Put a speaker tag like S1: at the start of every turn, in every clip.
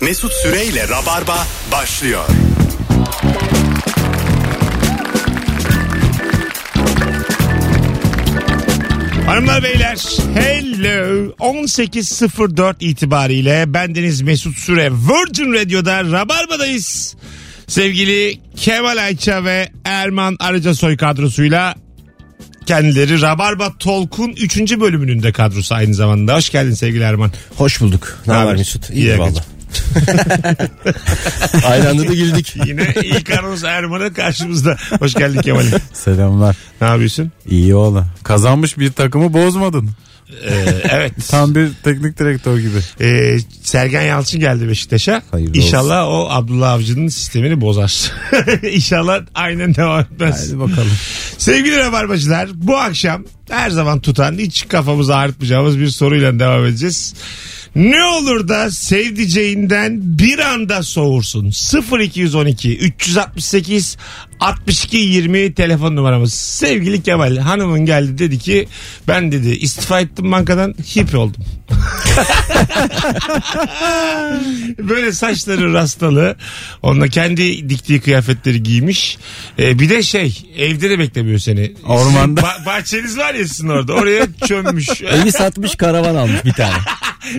S1: Mesut Süreyle Rabarba başlıyor.
S2: Hanımlar beyler hello 18.04 itibariyle bendeniz Mesut Süre Virgin Radio'da Rabarba'dayız. Sevgili Kemal Ayça ve Erman Arıca soy kadrosuyla kendileri Rabarba Talk'un 3. bölümünün de kadrosu aynı zamanda. Hoş geldin sevgili Erman.
S3: Hoş bulduk. Ne haber
S2: haber?
S3: Mesut?
S2: İyi
S3: İyi valla.
S2: yakacım.
S3: Aynı anda da güldük.
S2: Yine ilk anons Erman'a karşımızda. Hoş geldin Kemal'im.
S4: Selamlar.
S2: Ne yapıyorsun?
S4: İyi oğlum. Kazanmış bir takımı bozmadın.
S2: Ee, evet.
S4: Tam bir teknik direktör gibi.
S2: Ee, Sergen Yalçın geldi Beşiktaş'a.
S3: Hayırlı
S2: İnşallah o Abdullah Avcı'nın sistemini bozar. İnşallah aynen devam etmez.
S4: Hadi bakalım.
S2: Sevgili Rabarbacılar bu akşam her zaman tutan hiç kafamızı ağrıtmayacağımız bir soruyla devam edeceğiz. Ne olur da sevdiceğinden bir anda soğursun. 0212 368 62 20 telefon numaramız. Sevgili Kemal hanımın geldi dedi ki ben dedi istifa ettim bankadan hip oldum. Böyle saçları rastalı. Onunla kendi diktiği kıyafetleri giymiş. Ee, bir de şey evde de beklemiyor seni.
S4: Ormanda.
S2: Sizin ba- bahçeniz var ya sizin orada. Oraya çömmüş.
S3: Evi satmış karavan almış bir tane.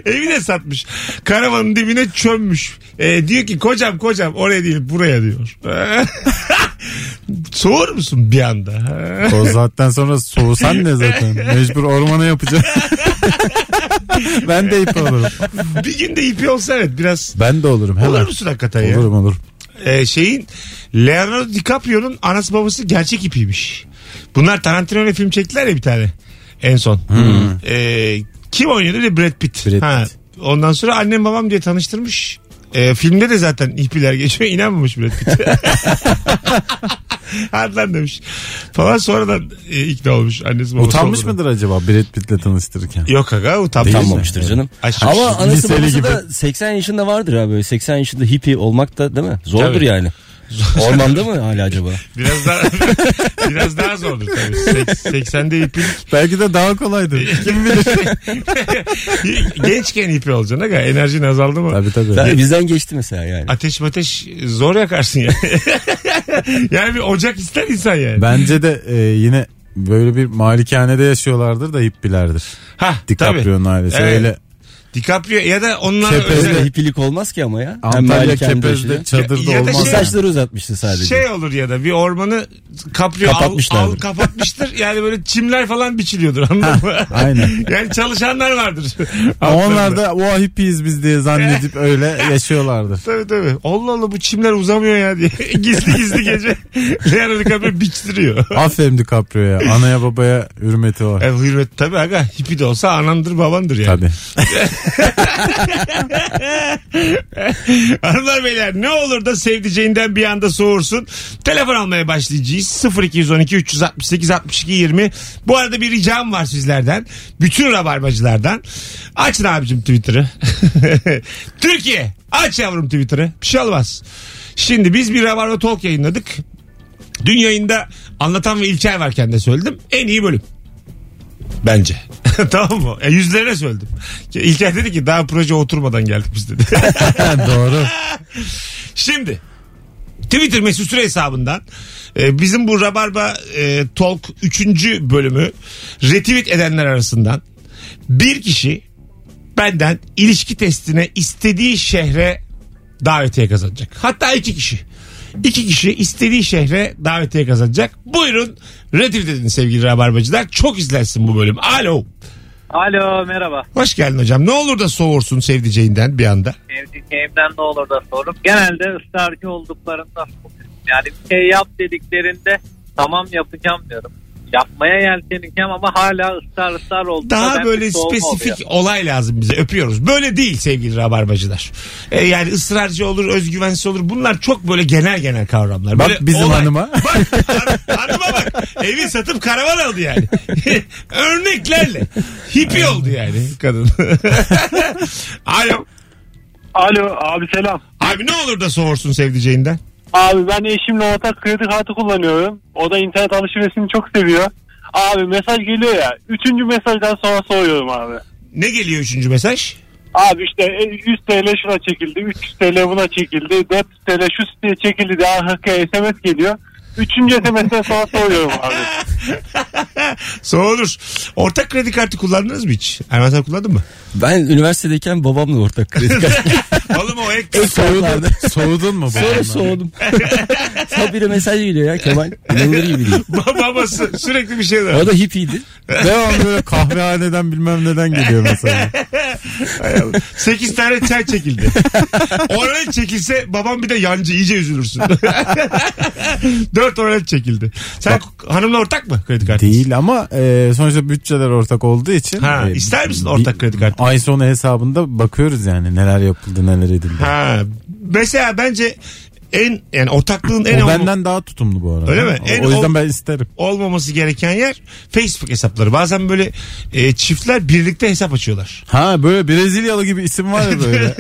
S2: Evi de satmış. Karavanın dibine çömmüş. Ee, diyor ki kocam kocam oraya değil buraya diyor. Soğur musun bir anda?
S4: O zaten sonra soğusan ne zaten? Mecbur ormana yapacağım. ben de ip olurum.
S2: bir günde ipi olsa evet biraz.
S4: Ben de olurum. Hemen.
S2: Olur musun hakikaten ya?
S4: Olurum olurum.
S2: Ee, şeyin Leonardo DiCaprio'nun anası babası gerçek ipiymiş. Bunlar Tarantino ile film çektiler ya bir tane en son. Ee, kim oynuyordu? De Brad Pitt.
S3: Brad
S2: Ha,
S3: Pitt.
S2: ondan sonra annem babam diye tanıştırmış. Ee, filmde de zaten ipiler geçiyor. İnanmamış Brad Pitt. Hadi lan demiş. Falan sonradan e, ikna olmuş annesi babası.
S4: Utanmış
S2: olduğunu.
S4: mıdır acaba Brad Pitt'le tanıştırırken?
S2: Yok aga utanmış.
S3: Utanmamıştır canım.
S2: Aşk-
S3: Ama anası
S4: Liseli
S3: babası
S4: gibi.
S3: da 80 yaşında vardır abi. 80 yaşında hippie olmak da değil mi? Zordur
S2: Tabii.
S3: yani. Ormanda mı hala acaba?
S2: Biraz daha biraz daha zordur tabii. Sek- 80'de ipilik
S4: Belki de daha kolaydır. Kim bilir?
S2: Gençken ipi olacaksın aga. Enerjin azaldı mı?
S4: tabii tabii.
S3: Ben- bizden geçti mesela yani.
S2: Ateş mateş zor yakarsın yani. yani bir ocak ister insan yani.
S4: Bence de e, yine böyle bir malikanede yaşıyorlardır da hippilerdir.
S2: ha,
S4: DiCaprio'nun
S2: tabii.
S4: ailesi.
S2: Evet.
S4: Öyle
S2: DiCaprio ya da onlar
S4: Kepezle
S3: Öyle
S2: özel-
S3: hippilik olmaz ki ama ya. Hem
S4: şey- Antalya
S3: malikanede yaşıyor.
S4: Kepez'de çadırda
S2: Ya- ya da
S4: olmaz.
S3: O
S2: şey-
S4: yani.
S3: saçları uzatmıştı sadece.
S2: şey olur ya da bir ormanı kaprio al,
S3: Kapatmışlardır.
S2: al kapatmıştır. yani böyle çimler falan biçiliyordur anladın mı?
S4: Aynen.
S2: yani çalışanlar vardır.
S4: Ama onlar
S2: Altlarında.
S4: da o hippiyiz biz diye zannedip öyle yaşıyorlardır.
S2: Tabii tabii. Allah Allah bu çimler uzamıyor ya diye. gizli gizli gece Leonardo DiCaprio biçtiriyor.
S4: Aferin DiCaprio'ya. Anaya babaya hürmeti var.
S2: E, hürmet tabii aga. Hipi de olsa anandır babandır yani.
S4: Tabii.
S2: Hanımlar beyler ne olur da sevdiceğinden bir anda soğursun. Telefon almaya başlayacağız. 0212 368 62 20. Bu arada bir ricam var sizlerden. Bütün rabarbacılardan. Açın abicim Twitter'ı. Türkiye aç yavrum Twitter'ı. Bir şey olmaz. Şimdi biz bir Rabarba Talk yayınladık. Dün yayında anlatan ve İlker varken de söyledim. En iyi bölüm. Bence. tamam mı? E, yüzlerine söyledim. İlker dedi ki daha proje oturmadan geldik biz dedi.
S4: Doğru.
S2: Şimdi Twitter mesut süre hesabından e, bizim bu Rabarba e, Talk 3. bölümü retweet edenler arasından bir kişi benden ilişki testine istediği şehre davetiye kazanacak. Hatta iki kişi. İki kişi istediği şehre davetiye kazanacak. Buyurun retweet edin sevgili Rabarbacılar. Çok izlensin bu bölüm. Alo.
S5: Alo merhaba.
S2: Hoş geldin hocam. Ne olur da soğursun sevdiceğinden bir anda.
S5: Evde, evden ne olur da sorup genelde ısrarcı olduklarında soruyorum. yani bir şey yap dediklerinde tamam yapacağım diyorum. Yapmaya yelteneceğim ama hala ısrar ısrar olduğunda
S2: Daha
S5: ben
S2: böyle
S5: bir soğuma
S2: spesifik
S5: oluyor.
S2: olay lazım bize. Öpüyoruz. Böyle değil sevgili rabarbacılar. Ee, yani ısrarcı olur, özgüvensiz olur. Bunlar çok böyle genel genel kavramlar.
S4: Bak
S2: Böyle
S4: bizim hanıma.
S2: Bak han- hanıma bak. Evi satıp karavan aldı yani. Örneklerle. Hippie oldu yani kadın. Alo.
S6: Alo abi selam.
S2: Abi ne olur da soğursun sevdiceğinden.
S6: Abi ben eşimle ortak kredi kartı kullanıyorum. O da internet alışverişini çok seviyor. Abi mesaj geliyor ya. Üçüncü mesajdan sonra soruyorum abi.
S2: Ne geliyor üçüncü mesaj?
S6: Abi işte e, 100 TL şuna çekildi, 300 TL buna çekildi, 400 TL şu siteye çekildi diye arkaya SMS geliyor. Üçüncü SMS'den sonra soruyorum abi.
S2: Soğulur. Ortak kredi kartı kullandınız mı hiç? Erman sen kullandın mı?
S3: Ben üniversitedeyken babamla ortak kredi kartı.
S2: Oğlum o ek
S4: Soğudun, soğudun mu? bu
S3: Sonra
S4: adamdan?
S3: soğudum. Sabire mesaj geliyor ya Kemal. İnanılır gibi değil.
S2: babası sürekli bir şey var.
S3: O da hippiydi.
S4: Devamlı böyle kahvehaneden bilmem neden geliyor mesela.
S2: 8 tane çay çekildi. Oral çekilse babam bir de yancı iyice üzülürsün. 4 oral çekildi. Sen hanımla ortak mı kredi kartı?
S4: Değil ama e, sonuçta bütçeler ortak olduğu için.
S2: Ha,
S4: e,
S2: ister misin
S4: bir-
S2: ortak kredi kartı?
S4: Ay sonu hesabında bakıyoruz yani neler yapıldı neler edildi.
S2: Ha. Mesela bence en yani ortaklığın en
S4: o
S2: olma-
S4: benden daha tutumlu bu arada.
S2: Öyle mi?
S4: O,
S2: En
S4: o yüzden
S2: ol-
S4: ben isterim.
S2: olmaması gereken yer Facebook hesapları. Bazen böyle e, çiftler birlikte hesap açıyorlar.
S4: Ha böyle Brezilyalı gibi isim var ya böyle.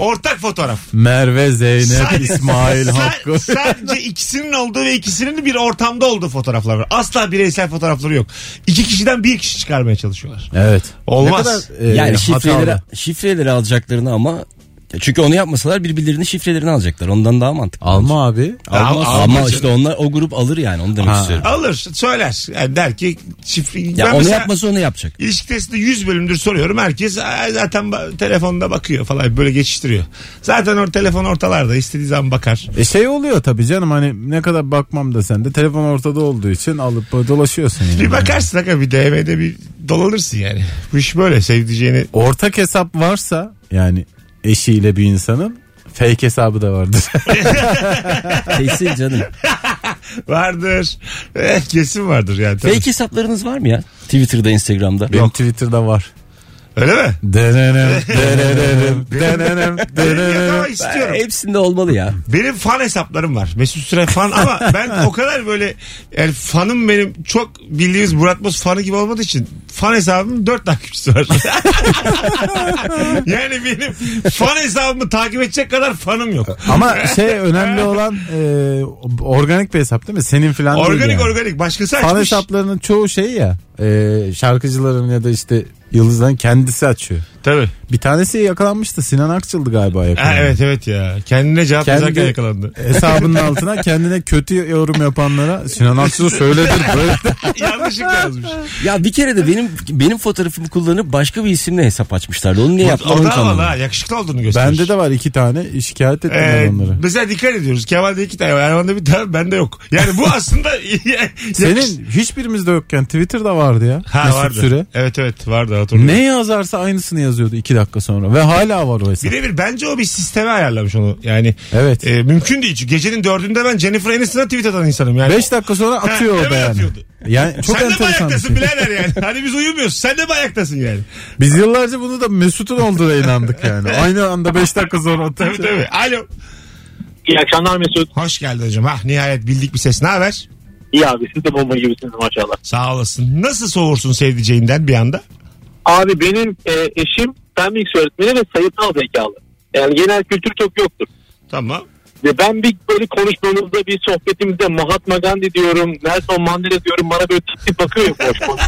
S2: Ortak fotoğraf.
S4: Merve, Zeynep,
S2: Sadece-
S4: İsmail,
S2: Sa-
S4: Hakkı.
S2: Sadece ikisinin olduğu ve ikisinin de bir ortamda olduğu fotoğraflar var. Asla bireysel fotoğrafları yok. İki kişiden bir kişi çıkarmaya çalışıyorlar.
S4: Evet.
S2: Olmaz.
S4: Ne kadar, e,
S3: Yani şifreleri,
S4: hatalı.
S3: şifreleri alacaklarını ama çünkü onu yapmasalar birbirlerinin şifrelerini alacaklar. Ondan daha mantıklı.
S4: Alma abi.
S3: Almaz.
S2: Al- alma
S3: Ama işte onlar o grup alır yani onu demek
S4: Ha.
S3: istiyorum.
S2: Alır söyler. Yani der ki şifre.
S3: Ya
S2: ben
S3: onu
S2: mesela
S3: yapması onu yapacak.
S2: İlişki testinde 100 bölümdür soruyorum. Herkes "Aa, zaten ba- telefonda bakıyor falan böyle geçiştiriyor. Zaten o telefon ortalarda istediği zaman bakar.
S4: E şey oluyor tabii canım hani ne kadar bakmam da sen de telefon ortada olduğu için alıp böyle dolaşıyorsun. Yani.
S2: Bir bakarsın aga bir DM'de bir dolanırsın yani. Bu iş böyle sevdiceğini.
S4: Ortak hesap varsa yani eşiyle bir insanın fake hesabı da vardır.
S3: Kesin canım.
S2: Vardır. Eh, Kesin vardır yani. tabii.
S3: Fake hesaplarınız var mı ya? Twitter'da, Instagram'da.
S4: Benim Twitter'da var.
S2: Öyle mi?
S4: Denenem, denenem, denenem,
S2: Yok ama
S4: denenem.
S3: Ben-
S2: istiyorum.
S3: Hepsinde olmalı ya.
S2: Benim fan hesaplarım var. Mesut Süre fan ama ben o kadar böyle yani fanım benim çok bildiğiniz Murat Boz fanı gibi olmadığı için fan hesabımın 4 takipçisi var. yani benim fan hesabımı takip edecek kadar fanım yok.
S4: Ama şey önemli olan e, organik bir hesap değil mi? Senin filan değil
S2: Organik
S4: yani.
S2: organik başkası açmış.
S4: Fan hesaplarının çoğu şey ya e, şarkıcıların ya da işte yıldızların kendisi açıyor.
S2: Tabii.
S4: Bir tanesi yakalanmıştı Sinan Akçıl'dı galiba
S2: Ha,
S4: yakalandı.
S2: evet evet ya. Kendine cevap
S4: Kendi-
S2: yazarken yakalandı.
S4: Hesabının altına kendine kötü yorum yapanlara Sinan Akçıl söyledir böyle.
S2: Yanlışlıkla yazmış.
S3: Ya bir kere de benim benim fotoğrafımı kullanıp başka bir isimle hesap açmışlardı. Onu niye yaptılar
S2: O
S3: onu
S2: da havalı ha.
S3: anlamadım.
S2: Yakışıklı olduğunu gösterir.
S4: Bende de var iki tane şikayet ettim
S2: Ee,
S4: ben onları.
S2: mesela dikkat ediyoruz. Kemal'de iki tane var. Erman'da bir tane bende yok. Yani bu aslında...
S4: Senin hiçbirimizde yokken Twitter'da vardı ya.
S2: Ha
S4: Mesut
S2: vardı.
S4: Süre.
S2: Evet evet vardı hatırlıyorum.
S4: Ne yazarsa aynısını yazıyordu iki dakika sonra. Ve hala var o hesap.
S2: Birebir bence o bir sisteme ayarlamış onu. Yani
S4: Evet.
S2: e, mümkün değil. Çünkü gecenin dördünde ben Jennifer Aniston'a tweet atan insanım. Yani.
S4: Beş dakika sonra atıyor
S2: hemen
S4: orada yani.
S2: atıyordu.
S4: Yani çok
S2: Sen de mi
S4: enteresan bir
S2: ayaktasın
S4: şey.
S2: birader yani? Hani biz uyumuyoruz. Sen de mi ayaktasın yani?
S4: Biz yıllarca bunu da Mesut'un olduğuna inandık yani. Aynı anda 5 dakika sonra
S2: Tabii
S4: atınca.
S2: tabii. Alo.
S6: İyi akşamlar Mesut.
S2: Hoş geldin hocam. Ah nihayet bildik bir ses. Ne haber?
S6: İyi abi siz de bomba gibisiniz maşallah.
S2: Sağ olasın. Nasıl soğursun sevdiceğinden bir anda?
S6: Abi benim e, eşim fen bilgisi öğretmeni ve sayısal zekalı. Yani genel kültür çok yoktur.
S2: Tamam.
S6: Ve ben bir böyle konuşmamızda bir sohbetimizde Mahatma Gandhi diyorum, Nelson Mandela diyorum bana böyle tip tip bakıyor ya boş boş.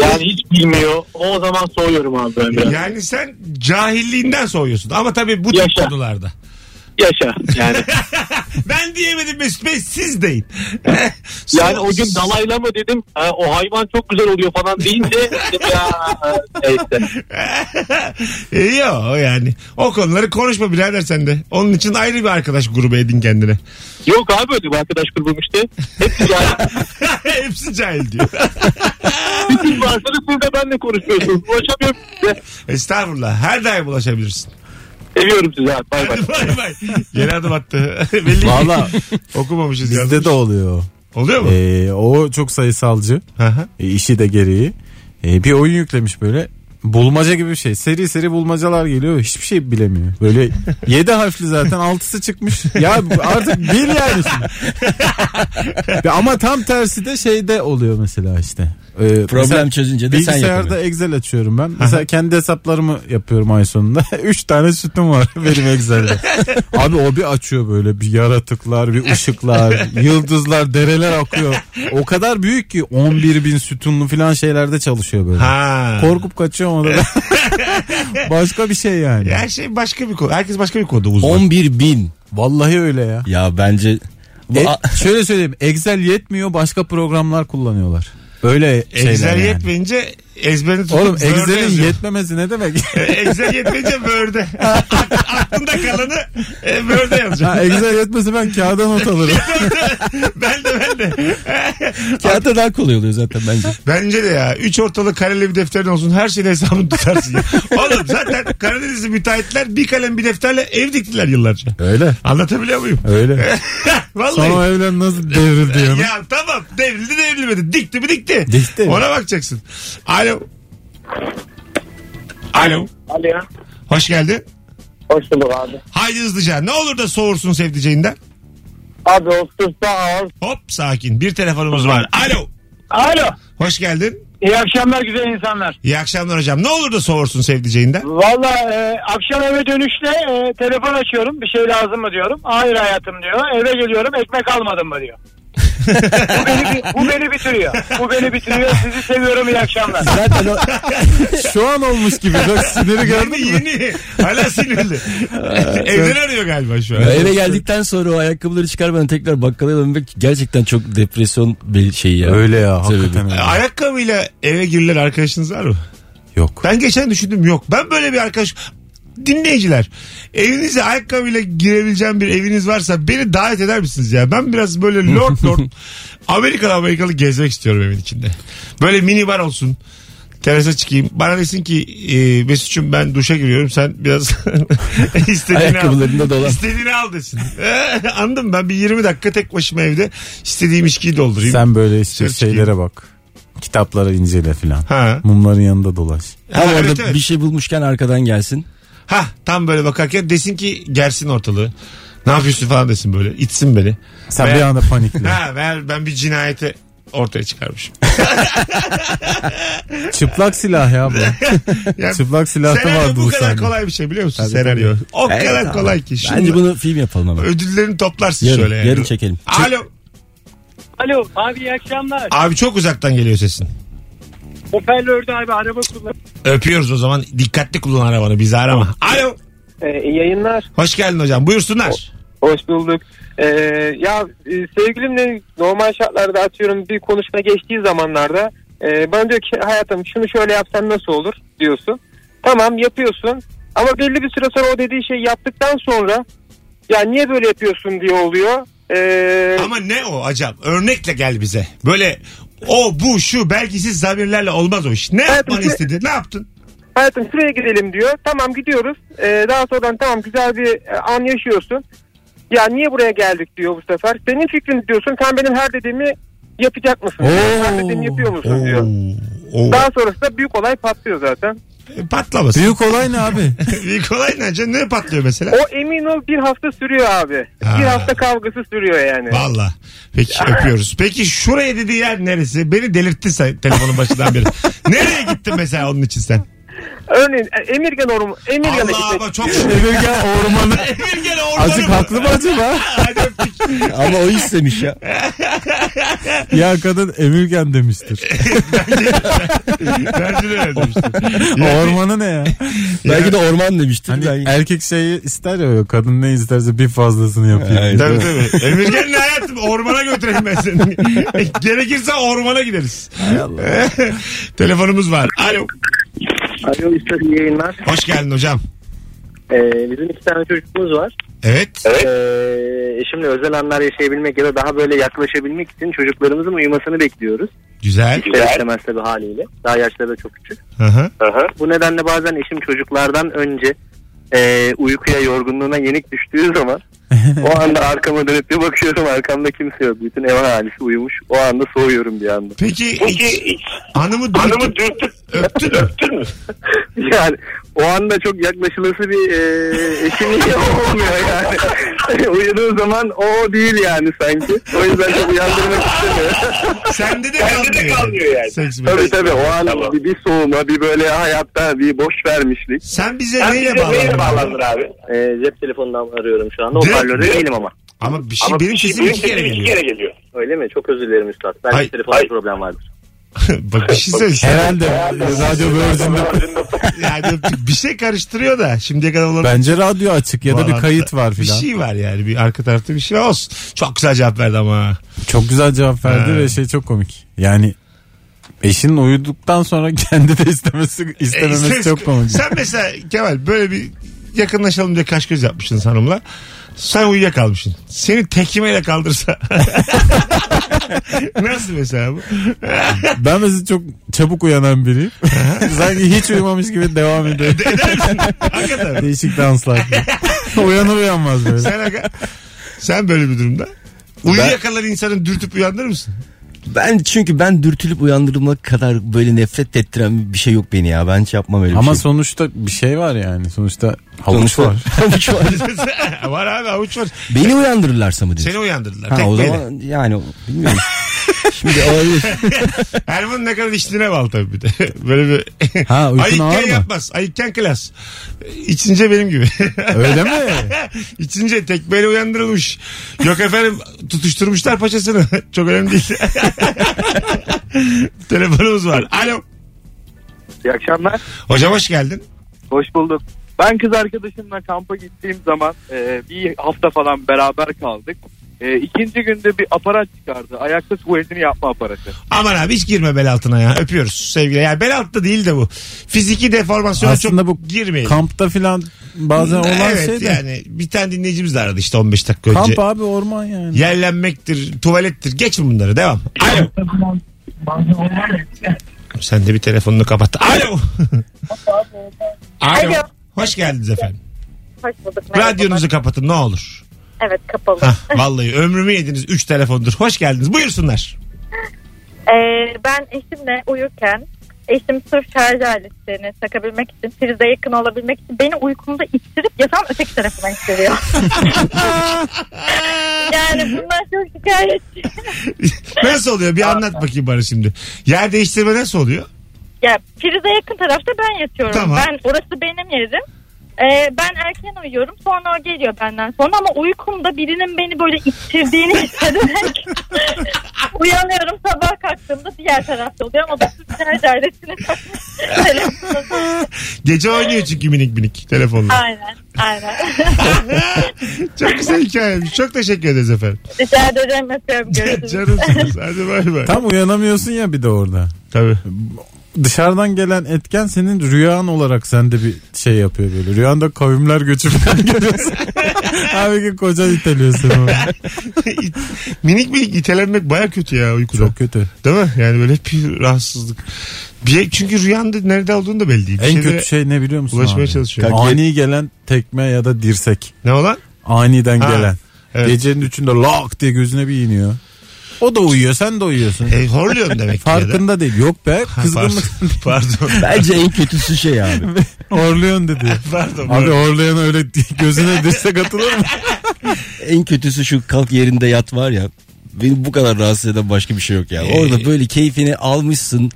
S6: yani hiç bilmiyor. O zaman soğuyorum abi ben biraz.
S2: Yani sen cahilliğinden soğuyorsun. Ama tabii bu tip
S6: Yaşa.
S2: konularda.
S6: Yaşa yani.
S2: Ben diyemedim Mesut Bey siz deyin.
S6: Yani o gün dalayla mı dedim "Ha, o hayvan çok güzel oluyor falan deyince ya neyse.
S2: E, Yo yani. O konuları konuşma birader sen de. Onun için ayrı bir arkadaş grubu edin kendine.
S6: Yok abi öyle bir arkadaş grubum işte. Hepsi yani.
S2: Hepsi cahil diyor.
S6: Bütün varsınız burada benle konuşmuyorsunuz. Ulaşamıyorum size.
S2: Estağfurullah. Her daim ulaşabilirsin.
S6: Seviyorum sizi abi. Bay bay.
S2: Hadi bay bay. Yeni adım attı. Belli ki
S4: Valla
S2: okumamışız.
S4: bizde
S2: yazmış.
S4: de oluyor.
S2: Oluyor mu?
S4: Ee, o çok sayısalcı.
S2: Hı hı.
S4: E, işi de gereği. E, bir oyun yüklemiş böyle. Bulmaca gibi bir şey. Seri seri bulmacalar geliyor. Hiçbir şey bilemiyor. Böyle 7 harfli zaten 6'sı çıkmış. Ya artık bil yani şimdi. Ya Ama tam tersi de şeyde oluyor şey mesela işte. Ee, mesela
S3: Problem çözünce de sen
S4: Bilgisayarda
S3: yapamıyorsun.
S4: Excel açıyorum ben. Mesela kendi hesaplarımı yapıyorum ay sonunda. Üç tane sütun var benim Excel'de. Abi o bir açıyor böyle bir yaratıklar, bir ışıklar, yıldızlar, dereler akıyor. O kadar büyük ki 11 bin sütunlu falan şeylerde çalışıyor böyle.
S2: Ha.
S4: Korkup kaçıyor ona da. Başka bir şey yani.
S2: Her şey başka bir konu. Herkes başka bir konuda uzman.
S3: 11 bin.
S4: Vallahi öyle ya.
S3: Ya bence
S4: E,
S3: A-
S4: şöyle söyleyeyim. Excel yetmiyor başka programlar kullanıyorlar. Öyle şeyler
S2: Excel
S4: yani.
S2: yetmeyince ezberini tutup
S4: Oğlum
S2: Word'e
S4: Excel'in
S2: yazıyor. E,
S4: yetmemesi ne demek?
S2: Excel yetmeyince Word'e. Aklında kalanı e, Word'e yazacağım.
S4: Ha, Excel yetmese ben kağıda not alırım.
S2: ben de ben de.
S3: kağıtta daha kolay oluyor zaten bence.
S2: Bence de ya. Üç ortalık kareli bir defterin olsun. Her şeyin hesabını tutarsın. ya. Oğlum zaten Karadenizli müteahhitler bir kalem bir defterle ev diktiler yıllarca.
S4: Öyle.
S2: Anlatabiliyor muyum?
S4: Öyle.
S2: Vallahi.
S4: Sonra o evler nasıl devrildi yani.
S2: Ya tamam devrildi devrilmedi. Dikti mi dikti.
S4: Dikti.
S2: Ona bakacaksın. Alo. Alo.
S6: Alo.
S2: Hoş geldin.
S6: Hoş bulduk abi.
S2: Haydi hızlıca. Ne olur da soğursun sevdiceğinden.
S6: Abi Ağustos'ta ağır.
S2: Hop sakin. Bir telefonumuz var. Alo.
S6: Alo.
S2: Hoş geldin.
S6: İyi akşamlar güzel insanlar.
S2: İyi akşamlar hocam. Ne olur da soğursun sevdiceğinden.
S6: Valla e, akşam eve dönüşte e, telefon açıyorum. Bir şey lazım mı diyorum. Hayır hayatım diyor. Eve geliyorum ekmek almadın mı diyor. bu, beni, bi- bu beni bitiriyor. Bu beni bitiriyor. Sizi seviyorum iyi akşamlar.
S3: Zaten o
S4: Şu an olmuş gibi. Bak siniri
S2: Yeni
S4: gördün mü?
S2: yeni. Hala sinirli. Evden arıyor galiba şu an.
S3: Ya eve geldikten sonra o ayakkabıları çıkarmadan tekrar bakkala dönmek gerçekten çok depresyon bir şey ya.
S4: Öyle ya
S3: Sebebi.
S4: hakikaten öyle.
S2: Ee, Ayakkabıyla eve girilen arkadaşınız var mı?
S4: Yok.
S2: Ben geçen düşündüm yok. Ben böyle bir arkadaş dinleyiciler evinize ayakkabıyla girebileceğim bir eviniz varsa beni davet eder misiniz ya? Ben biraz böyle lord lord Amerikalı Amerikalı gezmek istiyorum evin içinde. Böyle mini bar olsun. Terasa çıkayım. Bana desin ki e, Mesut'cum ben duşa giriyorum. Sen biraz istediğini al.
S3: Ayakkabılarında dolan.
S2: İstediğini al desin. Anladın mı? Ben bir 20 dakika tek başıma evde istediğim içkiyi doldurayım.
S4: Sen böyle işte
S2: Çirkin.
S4: şeylere bak. Kitaplara incele filan.
S2: Ha.
S4: Mumların yanında dolaş.
S3: Tam
S2: Ha,
S3: orada
S2: evet, evet.
S3: bir şey bulmuşken arkadan gelsin.
S2: Ha tam böyle bakarken desin ki gersin ortalığı. Ne yapıyorsun falan desin böyle. İtsin beni.
S4: Sen
S2: Ben-
S4: bir anda panikle.
S2: Ha ver ben bir cinayeti ortaya çıkarmışım.
S4: Çıplak silah ya bu.
S2: Yani
S4: Çıplak silahta
S2: senaryo
S4: vardı
S2: bu
S4: bu
S2: kadar
S4: sahne.
S2: kolay bir şey biliyor musun senaryo? O
S3: Evet,
S2: kadar
S3: tamam.
S2: kolay ki. Şimdi
S3: Bence bunu film yapalım ama.
S2: ödüllerini toplarsın
S3: Yarın-
S2: şöyle. Yani.
S3: yarın çekelim.
S2: Alo.
S5: Alo abi iyi akşamlar.
S2: Abi çok uzaktan geliyor sesin.
S5: Hoparlörde abi araba kullan.
S2: Öpüyoruz o zaman. Dikkatli kullan arabanı bizi arama. Alo.
S5: Ee, iyi yayınlar.
S2: Hoş geldin hocam. Buyursunlar.
S5: Hoş bulduk. Ee, ya e, sevgilimle normal şartlarda atıyorum bir konuşma geçtiği zamanlarda e, bana diyor ki hayatım şunu şöyle yapsan nasıl olur diyorsun. Tamam yapıyorsun ama belli bir süre sonra o dediği
S6: şey
S5: şeyi yaptıktan sonra ya niye böyle yapıyorsun diye oluyor. Ee,
S2: Ama ne o hocam? Örnekle gel bize. Böyle o bu şu belgisiz zamirlerle olmaz o iş. Ne yapmanı
S5: bize-
S2: istedi? Ne yaptın?
S5: hayatım şuraya gidelim diyor. Tamam gidiyoruz. Ee, daha sonradan tamam güzel bir e, an yaşıyorsun. Ya niye buraya geldik diyor bu sefer. Senin fikrin diyorsun. Sen benim her dediğimi yapacak mısın? diyor. Her dediğimi yapıyor musun diyor.
S2: Oo.
S5: Daha sonrasında büyük olay patlıyor zaten.
S2: E, Patlamasın.
S4: Büyük olay ne abi?
S2: Bir kolay ne canım? Ne patlıyor mesela?
S5: O emin ol bir hafta sürüyor abi.
S2: Ha.
S5: Bir hafta kavgası sürüyor yani.
S2: Valla. Peki öpüyoruz. Peki şuraya dediği yer neresi? Beni delirttin sen telefonun başından beri. Nereye gittin mesela onun için sen?
S5: Örneğin e, Emirgan Orum,
S2: Allah
S5: Emirgan'a gitmek.
S2: ama çok şükür.
S4: Emirgen ormanı.
S2: Emirgen ormanı
S4: Azıcık
S2: mı?
S4: haklı mı acaba?
S2: Hadi öptük.
S3: ama o istemiş ya.
S4: ya kadın Emirgen demiştir.
S2: Bence de öyle demiştim.
S4: Ormanı ne ya?
S3: Belki de orman demiştir.
S4: Hani
S3: Ben-
S4: erkek şeyi ister ya böyle, kadın ne isterse bir fazlasını yapıyor.
S3: Aynen.
S2: Tabii tabii. Emirgen'le hayatım ormana götüreyim ben seni. E, Gerekirse ormana gideriz. Telefonumuz var. Alo.
S5: Alo üstelik iyi yayınlar.
S2: Hoş geldin hocam.
S5: Ee, bizim iki tane çocuğumuz var.
S2: Evet.
S5: Ee, eşimle özel anlar yaşayabilmek ya da daha böyle yaklaşabilmek için çocuklarımızın uyumasını bekliyoruz.
S2: Güzel.
S5: İster istemez tabii haliyle. Daha yaşları da çok küçük.
S2: Hı hı.
S5: Bu nedenle bazen eşim çocuklardan önce e, uykuya yorgunluğuna yenik düştüğü zaman o anda arkama dönüp bir bakıyorum arkamda kimse yok. Bütün ev ahalisi uyumuş. O anda soğuyorum bir anda.
S2: Peki,
S7: Peki
S2: hanımı dürttün,
S7: hanımı dürtüp
S2: öptün mü?
S7: öptün mü?
S5: Yani o
S6: o anda çok yaklaşılası bir e, eşinliği olmuyor yani. Uyuduğu zaman o değil yani sanki. O yüzden çok uyandırmak istemiyor.
S2: Sende de
S6: Sende de kalmıyor yani.
S2: Seks mi?
S6: tabii tabii o an bir, bir soğuma bir böyle hayatta bir boş vermişlik.
S2: Sen bize neyle bağlandın?
S6: abi?
S7: Ee, cep telefonundan arıyorum şu anda. O
S2: Direkt-
S7: parlörde değilim ama.
S2: Ama bir şey benim sesim iki kere geliyor.
S6: geliyor.
S7: Öyle mi? Çok özür dilerim üstad. Belki
S2: Ay-
S7: telefonda
S6: ay.
S7: problem vardır.
S2: Bak bir şey söyleyeceğim.
S4: Herhalde radyo Virgin'de
S2: Yani öptük. bir şey karıştırıyor da şimdiye kadar olan
S4: bence radyo açık ya da bir
S2: Bağlantı.
S4: kayıt var
S2: bir
S4: filan.
S2: şey var yani. Bir arka tarafta bir şey var. olsun. Çok güzel cevap verdi ama.
S4: Çok güzel cevap verdi
S2: Ha.
S4: ve şey çok komik. Yani eşinin uyuduktan sonra kendi de istemesi
S2: E,
S4: istememesi
S2: isteriz-
S4: çok komik.
S2: Sen mesela Kemal böyle bir yakınlaşalım diye kaş göz yapmışsın hanımla. Sen uyuyakalmışsın. Seni tekmeyle kaldırsa. Nasıl mesela bu?
S4: Ben mesela çok çabuk uyanan biriyim. Sanki hiç uyumamış gibi devam ediyor.
S2: Eder misin? Hakikaten.
S4: Değişik danslar. Uyanır uyanmaz böyle.
S2: Sen, aga- sen böyle bir durumda. Uyuyakalan insanı dürtüp uyandırır mısın?
S3: Ben çünkü ben dürtülüp uyandırılmak kadar böyle nefret ettiren bir şey yok beni ya. Ben hiç yapmam öyle bir
S4: Ama
S3: şey.
S4: sonuçta bir şey var yani. Sonuçta havuç
S3: Sonuçta-
S4: var.
S3: Havuç var.
S2: var abi avuç var.
S3: Beni uyandırırlarsa mı diyorsun?
S2: Seni uyandırdılar.
S3: Ha, o
S2: tekmeyle.
S3: zaman yani bilmiyorum. Şimdi olabilir.
S2: Erman'ın ne kadar içtiğine bağlı tabii bir de. Böyle bir...
S4: Ha, uykun
S2: Ayıkken
S4: ağır mı?
S2: yapmaz. Ayıkken klas. İçince benim gibi.
S4: Öyle mi?
S2: İçince tekmeyle uyandırılmış. Yok efendim tutuşturmuşlar paçasını. Çok önemli değil. Telefonumuz var. Alo.
S6: İyi akşamlar.
S2: Hocam hoş geldin.
S6: Hoş bulduk. Ben kız arkadaşımla kampa gittiğim zaman e, bir hafta falan beraber kaldık. E, ikinci günde bir aparat çıkardı. Ayakta tuvaletini yapma aparatı.
S2: Aman abi hiç girme bel altına ya. Öpüyoruz sevgili. Yani bel altı değil de bu. Fiziki deformasyona
S4: Aslında
S2: çok
S4: bu
S2: girmeyin.
S4: Kampta filan bazen olan
S2: evet,
S4: şey de.
S2: yani bir tane dinleyicimiz de aradı işte 15 dakika önce.
S4: Kamp abi orman yani.
S2: Yerlenmektir, tuvalettir. Geçin bunları. Devam. Alo. Sen de bir telefonunu kapat. Alo. Alo.
S8: Alo.
S2: Hoş geldiniz efendim.
S8: Hoş bulduk. merhabalar.
S2: Radyonuzu kapatın ne olur.
S8: Evet kapalı.
S2: Hah, vallahi ömrümü yediniz 3 telefondur. Hoş geldiniz. Buyursunlar.
S8: Ee, ben eşimle uyurken eşim sırf şarj aletlerini takabilmek için prize yakın olabilmek için beni uykumda ittirip yatağın öteki tarafına ittiriyor. yani bundan çok şikayetçi.
S2: nasıl oluyor? Bir anlat bakayım bana şimdi. Yer değiştirme nasıl oluyor?
S8: Ya prize yakın tarafta ben yatıyorum.
S2: Tamam.
S8: Ben orası benim yerim. Ee, ben erken uyuyorum. Sonra o geliyor benden sonra ama uykumda birinin beni böyle ittirdiğini hissederek uyanıyorum. Sabah kalktığımda diğer tarafta oluyor ama bu sürpriz ailesini takmış. Telefonunu-
S2: Gece oynuyor çünkü minik minik telefonla.
S8: aynen. Aynen.
S2: Çok güzel hikayemiş. Çok teşekkür ederiz efendim.
S8: Rica ederim. Öpüyorum. Görüşürüz.
S2: Canımsınız. Hadi bay bay.
S4: Tam uyanamıyorsun ya bir de orada.
S2: Tabii.
S4: Dışarıdan gelen etken senin rüyan olarak sende bir şey yapıyor böyle. Rüyanda kavimler göçüp görüyorsun. Halbuki koca iteliyorsun.
S2: İt- minik minik itelenmek baya kötü ya uykuda.
S4: Çok kötü.
S2: Değil mi? Yani böyle hep bir rahatsızlık. Bir, çünkü rüyanda nerede olduğunu da belli değil. Bir
S4: En
S2: şeylere
S4: kötü şey ne biliyor musun
S2: Ulaşmaya
S4: abi?
S2: çalışıyorum.
S4: Ani gelen tekme ya da dirsek.
S2: Ne olan?
S4: Aniden
S2: Ha,
S4: gelen.
S2: evet.
S4: Gecenin üçünde lak diye gözüne bir iniyor. O da uyuyor sen de uyuyorsun.
S2: E, horluyorsun demek ki. ya da.
S4: Farkında değil. Yok be
S2: Ha,
S4: kızgınlık.
S2: Pardon. Pardon.
S3: Bence en kötüsü şey abi.
S4: Horluyorsun dedi.
S2: Pardon.
S4: Abi horlayan öyle gözüne dirsek atılır mı?
S3: En kötüsü şu kalk yerinde yat var ya. Beni bu kadar rahatsız eden başka bir şey yok ya.
S2: Ee.
S3: Orada böyle keyfini almışsın.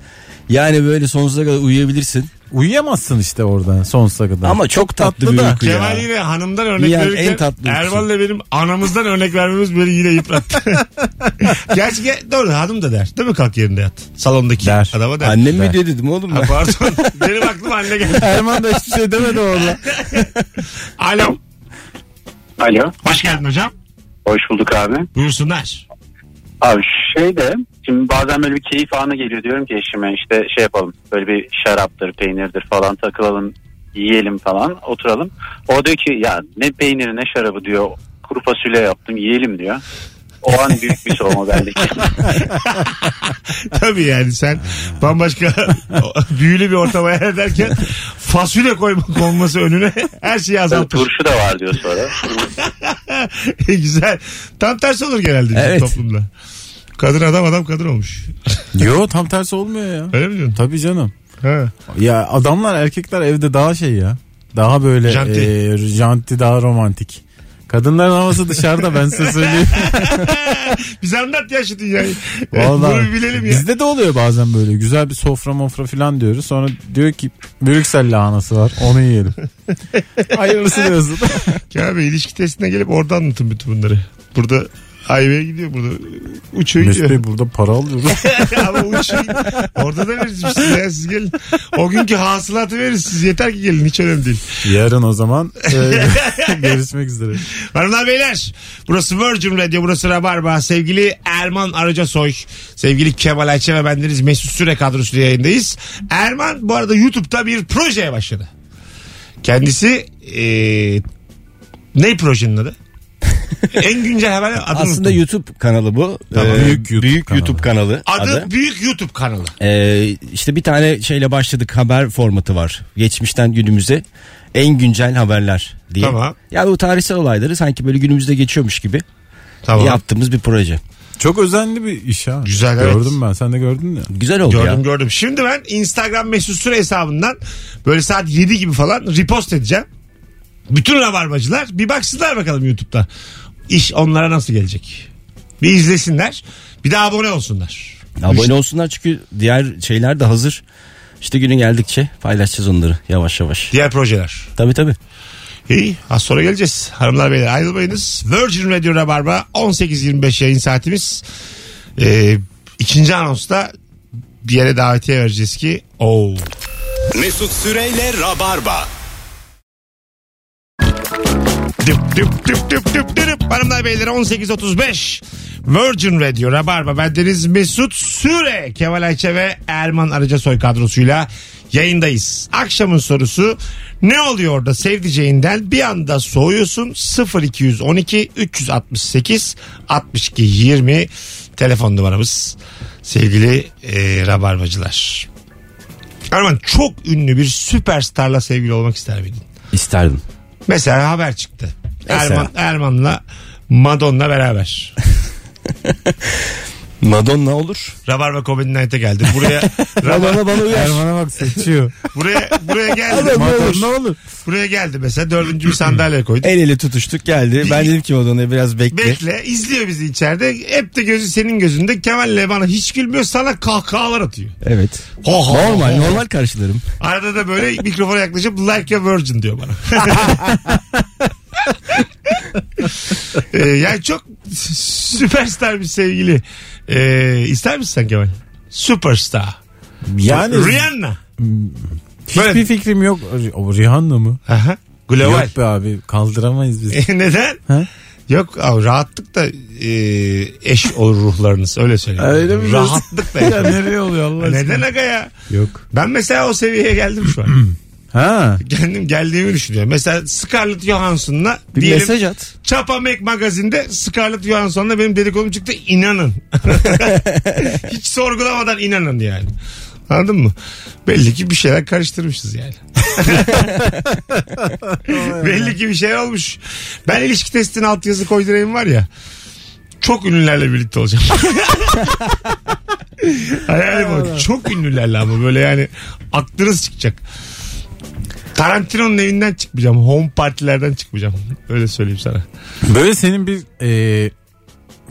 S3: Yani böyle sonsuza kadar uyuyabilirsin.
S4: Uyuyamazsın işte oradan sonsuza kadar.
S3: Ama çok tatlı,
S4: Tatlı
S3: bir
S4: da.
S3: uyku ya.
S2: Kemal yine hanımdan örnek
S3: Dünyanın
S2: verirken
S3: en tatlı uykusu.
S2: Erman'la benim anamızdan örnek vermemiz beni yine yıprattı. Gerçi ge- doğru hanım da der. Değil mi kalk yerinde yat. Salondaki
S4: Der.
S2: adama der.
S3: Annem mi diyor dedim oğlum
S2: Ha,
S3: ben.
S2: pardon. benim aklıma anne geldi.
S4: Erman da hiçbir şey demedi orada.
S2: Alo.
S9: Alo.
S2: Hoş geldin hocam.
S9: Hoş bulduk abi.
S2: Buyursunlar.
S9: Abi şey de şimdi bazen böyle bir keyif anı geliyor diyorum ki eşime işte şey yapalım böyle bir şaraptır peynirdir falan takılalım yiyelim falan oturalım. O diyor ki ya ne peyniri ne şarabı diyor kuru fasulye yaptım yiyelim diyor. O an büyük bir soğuma bendeki.
S2: Tabii yani sen bambaşka büyülü bir ortama yer ederken fasulye koyma konması önüne her şeyi azaltır.
S9: Turşu da var diyor sonra.
S2: Güzel. Tam tersi olur genelde bizim
S3: Evet.
S2: toplumda. Kadın adam adam kadın olmuş.
S4: Yo tam tersi olmuyor ya.
S2: Öyle mi diyorsun?
S4: Tabii canım.
S2: Ha.
S4: Ya adamlar erkekler evde daha şey ya. Daha böyle
S2: Janti.
S4: e, janti daha romantik. Kadınların havası dışarıda ben size söyleyeyim.
S2: Biz anlat ya şu dünyayı. Bunu
S4: Vallahi
S2: bir bilelim ya.
S4: Bizde de oluyor bazen böyle. Güzel bir sofra mofra falan diyoruz. Sonra diyor ki Brüksel lahanası var. Onu yiyelim. Hayırlısı diyorsun.
S2: Ya Bey ilişki testine gelip orada anlatın bütün bunları. Burada ayvaya gidiyor burada uçuyor
S4: Mesut
S2: gidiyor.
S4: Bey burada para alıyoruz.
S2: Ama uçuyor. Orada da veririz biz size ya siz gelin. O günkü hasılatı veririz siz yeter ki gelin hiç önemli değil.
S4: Yarın o zaman e, görüşmek üzere.
S2: Hanımlar beyler burası Virgin Radio burası Rabarba sevgili Erman Arıca Soy sevgili Kemal Ayça ve bendeniz Mesut Süre kadrosuyla yayındayız. Erman bu arada YouTube'da bir projeye başladı. Kendisi eee ne projenin adı? en güncel haber adını
S3: Aslında
S2: unuttum.
S3: YouTube kanalı bu.
S4: Tamam. Büyük
S3: büyük
S4: YouTube
S3: YouTube
S4: kanalı.
S3: kanalı.
S2: Adı,
S3: adı.
S2: büyük YouTube kanalı.
S3: Ee, işte bir tane şeyle başladık haber formatı var. Geçmişten günümüze en güncel haberler diye.
S2: Tamam.
S3: Yani o tarihsel olayları sanki böyle günümüzde geçiyormuş gibi
S2: Tamam.
S3: yaptığımız bir proje.
S4: Çok özenli bir iş ha.
S2: Güzel, evet.
S4: Gördüm ben. Sen de gördün ya.
S3: Güzel oldu
S2: Gördüm
S3: ya.
S2: gördüm. Şimdi ben Instagram mesut süre hesabından böyle saat 7 gibi falan repost edeceğim. Bütün rabarbacılar bir baksınlar bakalım YouTube'da. İş onlara nasıl gelecek? Bir izlesinler. Bir de abone olsunlar.
S3: Abone olsunlar çünkü diğer şeyler de hazır. İşte günün geldikçe paylaşacağız onları yavaş yavaş.
S2: Diğer projeler.
S3: Tabii tabii.
S2: İyi az sonra geleceğiz. Hanımlar beyler ayrılmayınız. Virgin Radio Rabarba 18.25 yayın saatimiz. Ee, ikinci anonsta bir yere davetiye vereceğiz ki oh. o
S1: Mesut Süreyle Rabarba.
S2: Düp düp düp düp düp dürüp. Hanımlar beyler 18.35 Virgin Radio Rabarba bendeniz Mesut Süre Kemal Ayça ve Erman Arıcasoy kadrosuyla yayındayız. Akşamın sorusu ne oluyor da sevdiceğinden bir anda soğuyorsun 0212 368 62 20 telefon numaramız sevgili e, Rabarbacılar. Erman çok ünlü bir süperstarla sevgili olmak ister miydin?
S3: İsterdim.
S2: Mesela haber çıktı.
S3: Mesela.
S2: Erman, Erman'la Madonna beraber.
S3: Madonna olur.
S2: Rabarba Comedy Night'e geldi. Buraya Rabar,
S3: Madonna bana uyar.
S4: Erman'a bak seçiyor.
S2: buraya buraya geldi.
S4: Madem ne olur.
S2: buraya geldi mesela dördüncü bir sandalye koydu.
S3: El ele tutuştuk geldi. Ben dedim ki Madonna'ya biraz
S4: E,
S3: bekle.
S2: Bekle izliyor bizi içeride. Hep de gözü senin gözünde. Kemal'le bana hiç gülmüyor. Sana kahkahalar atıyor.
S4: E,
S3: Evet.
S2: Ho, ho,
S3: Normal
S2: ho, ho.
S3: normal karşılarım.
S2: Arada da böyle mikrofona yaklaşıp like a virgin diyor bana. Ee, yani çok süperstar bir sevgili. Ee, ister misin sen Kemal? Süperstar.
S4: Yani
S2: Rihanna.
S4: hiçbir
S2: Böyle-
S4: fikrim yok. O Rihanna mı?
S2: Aha. Global.
S4: Yok be abi kaldıramayız biz.
S2: E, Neden?
S4: Ha?
S2: Yok abi, rahatlık da e, eş olur ruhlarınız öyle söyleyeyim.
S4: Öyle mi diyorsun?
S2: rahatlık da.
S4: ya
S2: yani.
S4: nereye oluyor Allah aşkına?
S2: Neden aga ya?
S4: Yok.
S2: Ben mesela o seviyeye geldim şu an.
S4: Ha.
S2: Kendim geldiğimi düşünüyorum. Mesela Scarlett Johansson'la
S3: Bir
S2: diyelim
S3: mesaj at.
S2: Çapa Mac magazinde Scarlett Johansson'la benim dedikodum çıktı. İnanın. Hiç sorgulamadan inanın yani. Anladın mı? Belli ki bir şeyler karıştırmışız yani. Belli ki bir şey olmuş. Ben ilişki testinin alt yazı koydurayım var ya. Çok ünlülerle birlikte olacağım. Hayalim o. Çok ünlülerle ama böyle yani aklınız çıkacak. Tarantino'nun evinden çıkmayacağım. Home partilerden çıkmayacağım. Öyle söyleyeyim sana.
S4: Böyle senin bir e,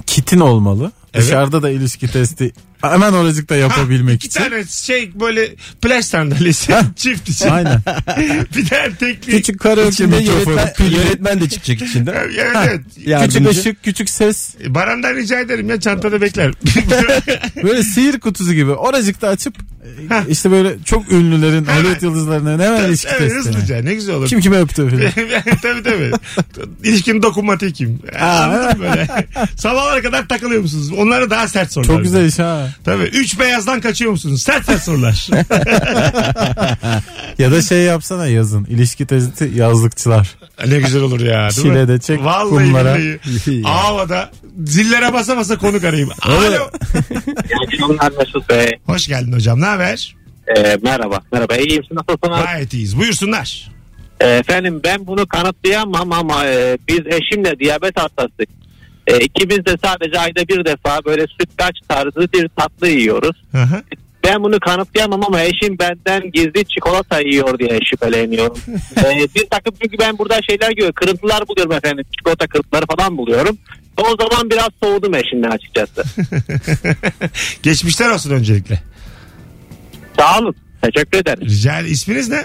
S4: kitin olmalı.
S2: Evet.
S4: Dışarıda da ilişki testi hemen oracıkta yapabilmek
S2: İki
S4: için.
S2: tane şey böyle plaj sandalyesi çift için.
S4: Aynen.
S2: bir tane tekli.
S4: Küçük karaoke
S3: İçinde
S4: mikrofonu.
S3: yönetmen,
S4: pil,
S3: yönetmen de çıkacak içinde.
S2: Evet, evet.
S4: Küçük
S3: Yardımcı.
S4: ışık, küçük ses.
S2: Barandan rica ederim ya çantada bekler.
S4: Böyle sihir kutusu gibi. Oracıkta açıp e, işte böyle çok ünlülerin,
S2: Hemen.
S4: Hollywood yıldızlarının hemen ilişki
S2: evet,
S4: testi.
S2: hızlıca ne güzel olur.
S4: Kim kime öptü falan.
S2: tabii tabii. İlişkinin dokunmatiği kim? Anladın mı böyle? Sabahlara kadar takılıyor musunuz? Onlara daha sert sorular.
S4: Çok güzel iş ha.
S2: Tabii. Üç beyazdan kaçıyor musunuz? Sert sert sorular.
S4: Ya da şey yapsana yazın. İlişki testi yazlıkçılar.
S2: ne güzel olur ya. Değil mi?
S4: Çile de çek
S2: Vallahi
S4: kumlara.
S2: billahi. Havada zillere basa basa konuk arayayım. Alo.
S9: Akşamlar Mesut Bey.
S2: Hoş geldin hocam. Ne haber?
S9: Ee, merhaba. Merhaba. İyiyim. Siz nasılsınız?
S2: Gayet iyiyiz. Buyursunlar.
S9: Ee, efendim ben bunu kanıtlayamam ama e, biz eşimle diyabet hastasıyız.
S6: Ee,
S9: E, ikimiz de sadece ayda bir defa böyle sütlaç tarzı bir tatlı yiyoruz.
S2: Hı hı.
S6: Ben bunu kanıtlayamam ama eşim benden gizli çikolata yiyor diye şüpheleniyorum. ee, bir takım çünkü ben burada şeyler görüyorum. Kırıntılar buluyorum efendim. Çikolata kırıntıları falan buluyorum. O zaman biraz soğudum eşimden açıkçası.
S2: Geçmişler olsun öncelikle.
S6: Sağ olun. Teşekkür ederim.
S2: Rica isminiz ne?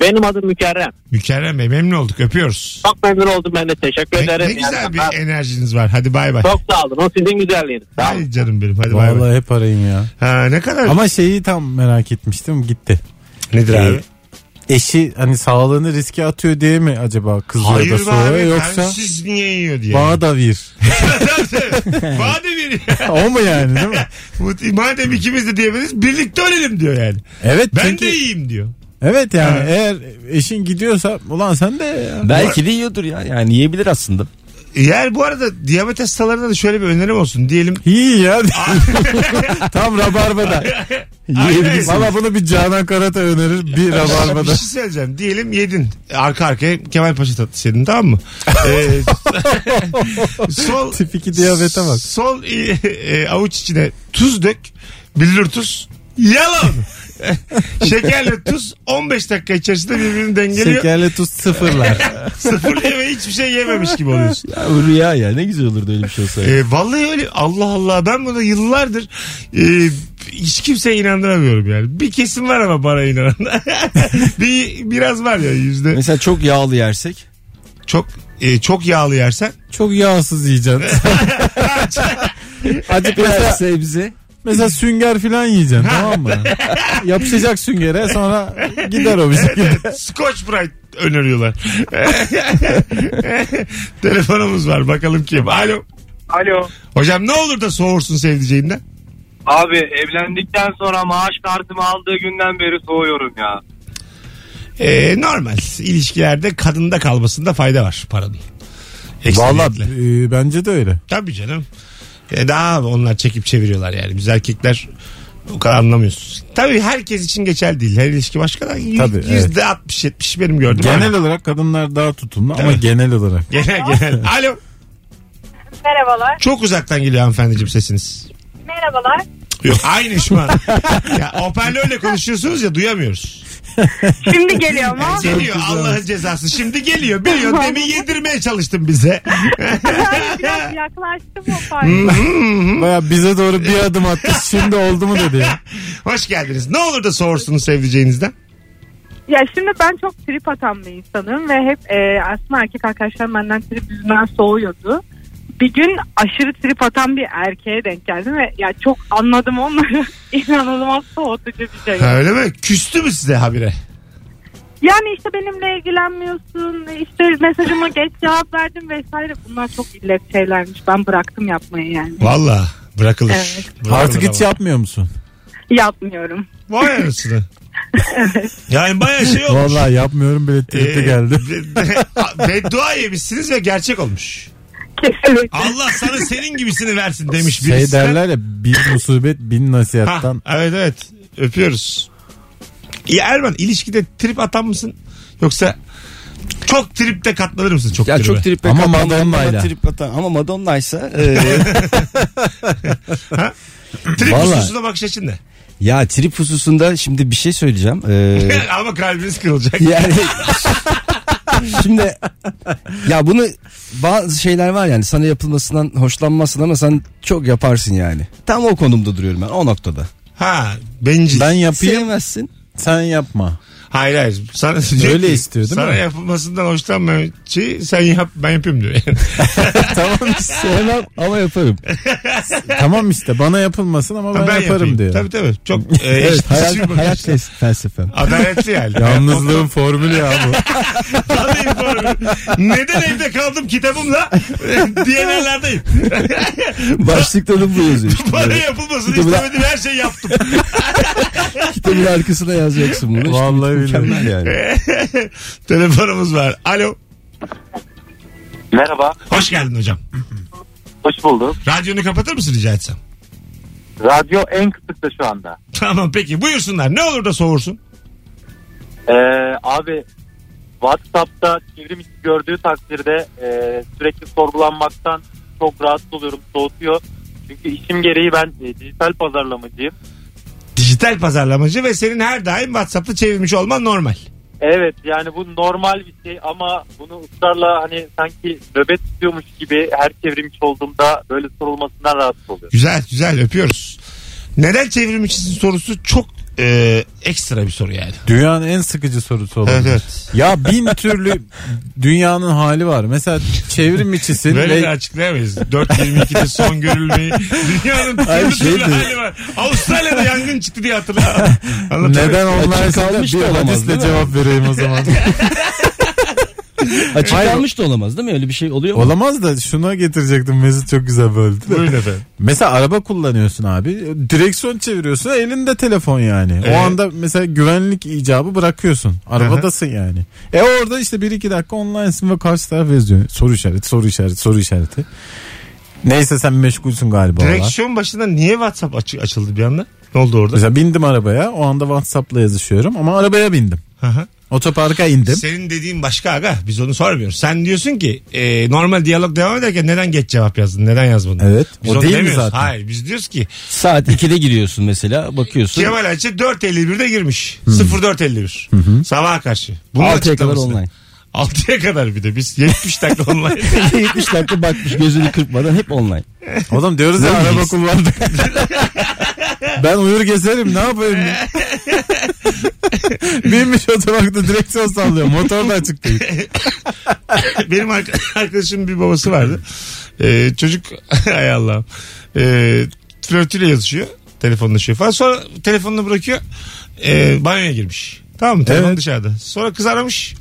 S6: Benim adım Mükerrem.
S2: Mükerrem Bey memnun olduk öpüyoruz.
S6: Çok memnun oldum ben de. Teşekkür
S2: Ne,
S6: ederim.
S2: ne güzel
S6: Yani
S2: bir
S6: ben-
S2: enerjiniz var. Hadi bay bay.
S6: Çok sağ olun. O sizin güzelliğiniz. Sağ olun.
S2: Ay canım benim hadi bay bay.
S4: Vallahi hep arayın ya.
S2: Ha, ne kadar?
S4: Ama şeyi tam merak etmiştim gitti. Ee,
S2: Nedir abi?
S4: Eşi hani sağlığını riske atıyor diye mi acaba kızıyor da
S2: Hayır be
S4: soruyor
S2: abi şey-
S4: yoksa
S2: siz niye yiyor diye.
S4: Bağdavir.
S2: Madem bir
S4: o mu yani değil mi?
S2: madem ikimiz de diyemeyiz birlikte ölelim diyor yani.
S4: Evet
S2: Ben
S4: çünkü-
S2: de yiyeyim diyor.
S4: Evet yani
S2: Ha.
S4: eğer eşin gidiyorsa ulan sen de ya.
S3: Belki de yiyordur ya. Yani yiyebilir aslında.
S2: Yer bu arada diyabet hastalarına da şöyle bir önerim olsun. Diyelim
S4: İyi ya. Tam rabarbada.
S2: Yiyebilirsin.
S4: Valla bunu bir Canan Karata önerir bir
S2: bir
S4: rabarbada.
S2: şey söyleyeceğim. Diyelim yedin. Arka arkaya Kemal Paşa tatlısı yedin tamam mı? Ee, sol
S4: Tip iki diyabete bak.
S2: Sol e, e, avuç içine tuz dök. Billur tuz. Yalan. Şekerle tuz 15 dakika içerisinde birbirini dengeliyor.
S4: Şekerle tuz sıfırlar.
S2: Sıfırlıyor ve hiçbir şey yememiş gibi oluyorsun.
S3: Ya, bu rüya ya. Ne güzel olurdu öyle bir şey olsa.
S4: Ee,
S2: E, vallahi öyle. Allah Allah. Ben buna yıllardır e, hiç kimseye inandıramıyorum yani. Bir kesim var ama bana inanan. bir, biraz var ya yüzde.
S3: Mesela çok yağlı yersek.
S2: Çok e, çok yağlı yersen.
S4: Çok yağsız yiyeceksin.
S3: Hadi biraz sebze.
S4: Mesela sünger falan yiyeceksin tamam mı? Yapışacak süngere sonra gider o bize.
S2: Scotch Brite öneriyorlar. Telefonumuz var. Bakalım kim? Alo.
S6: Alo.
S2: Hocam ne olur da soğursun sevdiceğinden.
S6: Abi evlendikten sonra maaş kartımı aldığı günden beri soğuyorum ya.
S2: E, normal. ilişkilerde kadında kalmasında fayda var paranın.
S4: Valla
S2: Ekseriyetle.
S4: e, bence de öyle.
S2: Tabii canım. E daha onlar çekip çeviriyorlar yani. Biz erkekler o kadar anlamıyoruz. Tabii herkes için geçerli değil. Her ilişki başka da. Yüz-
S4: Tabii, evet.
S2: Yüzde altmış yetmiş benim gördüğüm.
S4: Genel
S2: Aynen.
S4: olarak kadınlar daha tutumlu ama
S2: Evet.
S4: genel olarak.
S2: Genel genel. Alo.
S8: Merhabalar.
S2: Çok uzaktan geliyor hanımefendiciğim sesiniz.
S8: Merhabalar.
S2: Yok aynı şu an. ya hoparlörle konuşuyorsunuz ya duyamıyoruz.
S8: Şimdi geliyor mu?
S2: Geliyor Allah'ın cezası. Şimdi geliyor. Biliyorsun demin yedirmeye çalıştın bize.
S8: Ben biraz yaklaştım o fark.
S4: Baya bize doğru bir adım attı şimdi oldu mu dedi ya.
S2: Hoş geldiniz. Ne olur da soğursunuz sevdiceğinizden.
S8: Ya şimdi ben çok trip atan bir insanım ve hep e, aslında erkek arkadaşlarım benden trip yüzünden soğuyordu. Bir gün aşırı trip atan bir erkeğe denk geldim ve ya çok anladım onları. İnanılmaz soğutucu bir şey.
S2: Ha, öyle mi? Küstü mü size habire?
S8: Yani işte benimle ilgilenmiyorsun, işte mesajıma geç cevap verdin vesaire. Bunlar çok illet şeylermiş. Ben bıraktım yapmayı yani.
S2: Valla bırakılır.
S8: Evet.
S2: Bırakılır
S4: Artık
S2: ama.
S4: hiç yapmıyor musun?
S8: Yapmıyorum.
S2: Vay anasını. yani baya şey olmuş.
S4: Vallahi yapmıyorum bile tweet'e
S2: Ee,
S4: geldi.
S2: Beddua yemişsiniz ve gerçek olmuş.
S8: Kesinlikle.
S2: Allah sana senin gibisini versin demiş birisi.
S4: Şey derler ya bir musibet bin
S2: Ha,
S4: nasihattan.
S2: evet evet öpüyoruz. Ya Erman ilişkide trip atan mısın? Yoksa çok tripte katlanır mısın çok
S3: Ya
S2: tribe?
S3: çok trip
S4: Ama Madonna'yla.
S3: Trip atan. Ama Madonna'ysa. e,
S2: Trip
S3: Vallahi.
S2: hususuna bakış açın ne?
S3: ya trip hususunda şimdi bir şey söyleyeceğim. E,
S4: Ee,
S2: Ama kalbiniz kırılacak.
S3: Yani şimdi ya bunu bazı şeyler var yani sana yapılmasından hoşlanmazsın ama sen çok yaparsın yani. Tam o konumda duruyorum ben o noktada.
S2: Ha bencil.
S4: Ben yapayım
S3: Sevmezsin.
S4: sen yapma.
S2: Hayır hayır. Sana,
S4: Öyle istiyor değil
S2: sana
S4: mi?
S2: yapılmasından hoşlanmayan şey sen yap ben yapayım diyor.
S4: tamam
S3: Sevmem ama yaparım.
S4: tamam işte bana yapılmasın ama ben, yaparım
S2: yapayım.
S4: diyor.
S2: Tabii tabii. Çok e,
S3: Evet
S2: eşitlikçi
S3: hayat,
S2: bir bakış.
S3: hayat
S4: şey-
S3: fes- felsefem.
S2: Adaletli yani.
S4: Yalnızlığın formülü ya bu.
S2: Vallahi doğru. Neden evde kaldım kitabımla? e, Diyen yerlerdeyim.
S3: Başlıkta da bu yazıyor işte.
S2: Bana
S3: Böyle.
S2: yapılmasını
S3: Kitabı da-
S2: istemedim her şeyi yaptım.
S3: Kitabın arkasına yazacaksın bunu. İşte
S4: Vallahi
S3: mükemmel yani.
S2: Telefonumuz var. Alo.
S9: Merhaba,
S2: Hoş geldin hocam.
S9: hoş bulduk.
S2: Radyonu kapatır mısın rica etsem?
S9: Radyo en kısıkta şu anda.
S2: Tamam peki buyursunlar. Ne olur da soğursun.
S6: E,
S9: Ee, abi WhatsApp'ta çevrim içi gördüğü takdirde e, sürekli sorgulanmaktan çok rahatsız oluyorum. Soğutuyor. Çünkü işim gereği ben e, dijital pazarlamacıyım.
S2: dijital pazarlamacı ve senin her daim WhatsApp'ta çevirmiş olman normal.
S6: Evet yani bu normal bir şey ama bunu ısrarla hani sanki nöbet tutuyormuş gibi her çevrimçi olduğumda böyle sorulmasından rahatsız oluyorum.
S2: Güzel güzel öpüyoruz. Neden çevrilmişsin sorusu çok e, ekstra bir soru yani.
S4: Dünyanın en sıkıcı sorusu olabilir.
S2: Evet evet.
S4: Ya bin türlü dünyanın hali var. Mesela çevrim içisin
S2: Böyle de
S4: ve
S2: açıklayamayız. 4.22'de son görülmeyi. Dünyanın türlü
S3: şey
S2: türlü
S3: de-
S2: hali var. Avustralya'da yangın çıktı diye hatırlıyorum. Anlatabiliyor
S4: neden
S2: muyum?
S4: online
S3: Açık kalmış
S4: bir
S3: da olamaz, değil
S4: hadisle
S3: mi?
S4: cevap vereyim o zaman.
S3: Açıklanmış da olamaz değil mi? Öyle bir şey oluyor mu?
S4: Olamaz da şuna getirecektim Mesut çok güzel böldü. de.
S2: Buyurun efendim.
S4: Mesela araba kullanıyorsun abi. Direksiyon çeviriyorsun elinde telefon yani.
S2: Evet.
S4: O anda mesela güvenlik icabı bırakıyorsun. Arabadasın yani. E orada işte 1-2 dakika online'sın ve karşı taraf yazıyor. Soru işareti, soru işareti, soru işareti. Neyse sen meşgulsün galiba. o ara.
S2: Direksiyon başında niye WhatsApp açı- açıldı bir anda? Ne oldu orada?
S4: Mesela bindim arabaya. O anda WhatsApp'la yazışıyorum ama arabaya bindim.
S2: Hı hı.
S4: Otoparka indim.
S2: Senin dediğin başka aga. Biz onu sormuyoruz. Sen diyorsun ki e, normal diyalog devam ederken neden geç cevap yazdın? Neden yazmadın?
S4: Evet.
S2: Biz
S4: O
S2: onu
S4: değil mi
S2: demiyoruz.
S4: zaten?
S2: Hayır biz diyoruz ki
S3: Saat 2'de giriyorsun mesela bakıyorsun.
S2: Kemal Ayça 4.51'de girmiş.
S4: Hmm.
S2: 04.51. Sabaha karşı. Bunun
S3: 6'ya kadar
S2: açıklaması ne?
S3: online.
S2: 6'ya kadar bir de biz 70 dakika online.
S3: 70 dakika bakmış gözünü kırpmadan hep online.
S4: Oğlum diyoruz ya araba kullandık. ben uyur gezerim ne yapayım? Binmiş otoparkta direksiyon sallıyor. Motor da açık değil.
S2: Benim ark- arkadaşımın bir babası vardı. Ee, çocuk ay Allah'ım. Ee, flörtüyle yazışıyor. Telefonlaşıyor falan. Sonra telefonunu bırakıyor. Ee, banyoya girmiş. Tamam mı? Telefon dışarıda. Sonra kız aramış.